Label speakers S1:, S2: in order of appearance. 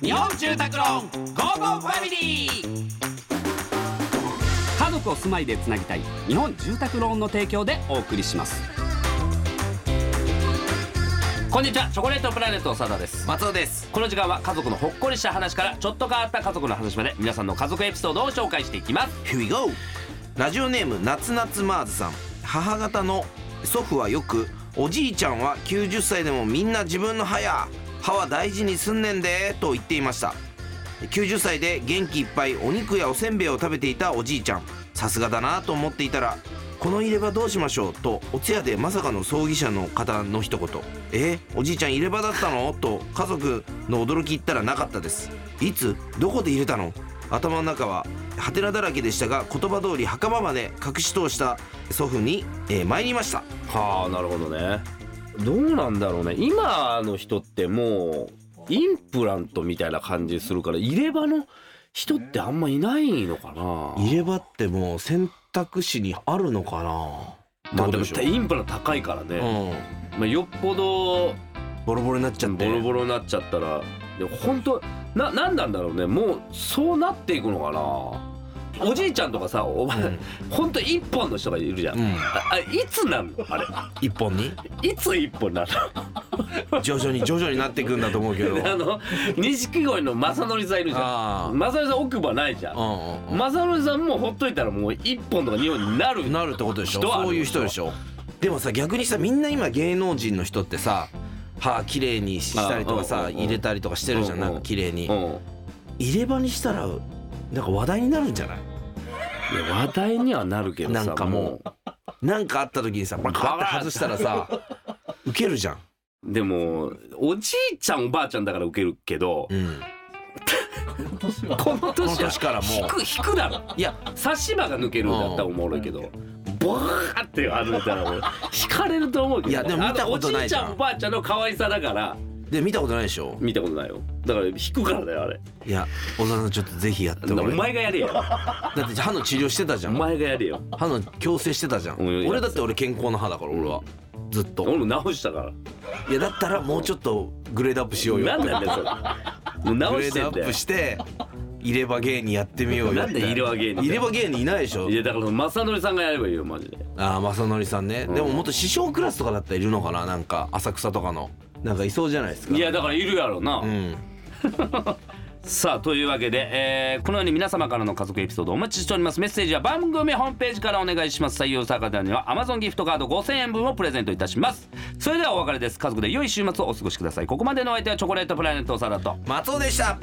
S1: 日本住宅ローンゴーゴーファミリー家族を住まいでつなぎたい日本住宅ローンの提供でお送りしますこんにちはチョコレートプラネット長田です
S2: 松尾です
S1: この時間は家族のほっこりした話からちょっと変わった家族の話まで皆さんの家族エピソードを紹介していきます
S2: Here we go ラジオネーム夏夏マーズさん母方の祖父はよくおじいちゃんは90歳でもみんな自分の歯や歯は大事にすんねんでと言っていました90歳で元気いっぱいお肉やおせんべいを食べていたおじいちゃんさすがだなと思っていたらこの入れ歯どうしましょうとお通夜でまさかの葬儀者の方の一言「えおじいちゃん入れ歯だったの?」と家族の驚き言ったらなかったですいつどこで入れたの頭の中はハテナだらけでしたが言葉通り袴まで隠し通した祖父に、えー参りました
S1: はあなるほどねどうなんだろうね今の人ってもうインプラントみたいな感じするから入れ歯の人ってあんまいないのかな
S2: 入れ歯ってもう選択肢にあるのかな
S1: まあで
S2: ってこ
S1: も
S2: とでしょ
S1: インプラント高いからね、
S2: う
S1: まあ、よっぽど
S2: ん、ボロボロになっちゃって
S1: ボロボロになっちゃったらでも本当な何なんだろうねもうそうなっていくのかなおじいちゃんとかさお前、
S2: うん
S1: 本当一本の人がいるじゃん、
S2: うん
S1: ああいつなんのあ
S2: 一本に
S1: れいつ一本なの
S2: 徐々に徐々になっていくんだと思 うけど
S1: あの錦鯉の正則さんいるじゃ
S2: あ
S1: ん正則さん奥歯ないじゃん
S2: あうんうん
S1: 正則さんもほっといたらもう一本とか二本になる
S2: うんなるってことでしょ
S1: 人はある
S2: そういう人でしょでもさ逆にさみんな今芸能人の人ってさ歯綺麗にしたりとか
S1: あ
S2: さ
S1: うんうんうん
S2: 入れたりとかしてるじゃん
S1: うんうん
S2: なんか綺麗に
S1: うんい
S2: 入れ歯にしたらなんか話題になるんじゃない
S1: や話題にはなるけどさ
S2: なんかもなんかあった時にさバカーって外したらさウケるじゃん、
S1: うでもおじいちゃんおばあちゃんだからウケるけど
S2: うん、
S1: この
S2: この
S1: 年は
S2: 年からも
S1: 引く引くだろ
S2: ういや
S1: 差し歯が抜けるんだったらおもろいけどボーって歩いたら俺引かれると思うけど
S2: いやでも見たことないじゃん
S1: あのおじいちゃんおばあちゃんの可愛さだから
S2: で見たことないでしょ
S1: 見たことないよだから引くからだよあれ
S2: いや小沢さんちょっとぜひやって
S1: お
S2: もらいたい
S1: 前がやれよ
S2: だって歯の治療してたじゃ
S1: お
S2: ん
S1: 前がやれよ
S2: 歯の矯正してたじゃん
S1: うん
S2: 俺だって俺健康な歯だから俺はずっと
S1: 俺も直したから
S2: いやだったらもうちょっとグレードアップしようよ
S1: なんなんだよそれもう
S2: グ
S1: 直
S2: レ
S1: し
S2: ー
S1: てん
S2: ドア
S1: だ
S2: ッ
S1: よ
S2: プして入れ歯芸人やってみようよ
S1: なんで入れ歯芸人
S2: 入れ歯芸人いないでしょ
S1: いやだから正則さんがやればいいよマジで
S2: ああ正則さんね、
S1: うん
S2: でももっと師匠クラスとかだったらいるのかななんか浅草とかのなんかいそうじゃないですか
S1: いやだからいるやろな、
S2: うん
S1: さあというわけで、えーこのように皆様からの家族エピソードお待ちしておりますメッセージは番組ホームページからお願いします採用された方には Amazon ギフトカード5000円分をプレゼントいたしますそれではお別れです家族で良い週末をお過ごしくださいここまでのお相手はチョコレートプラネットサラと
S2: 松尾でした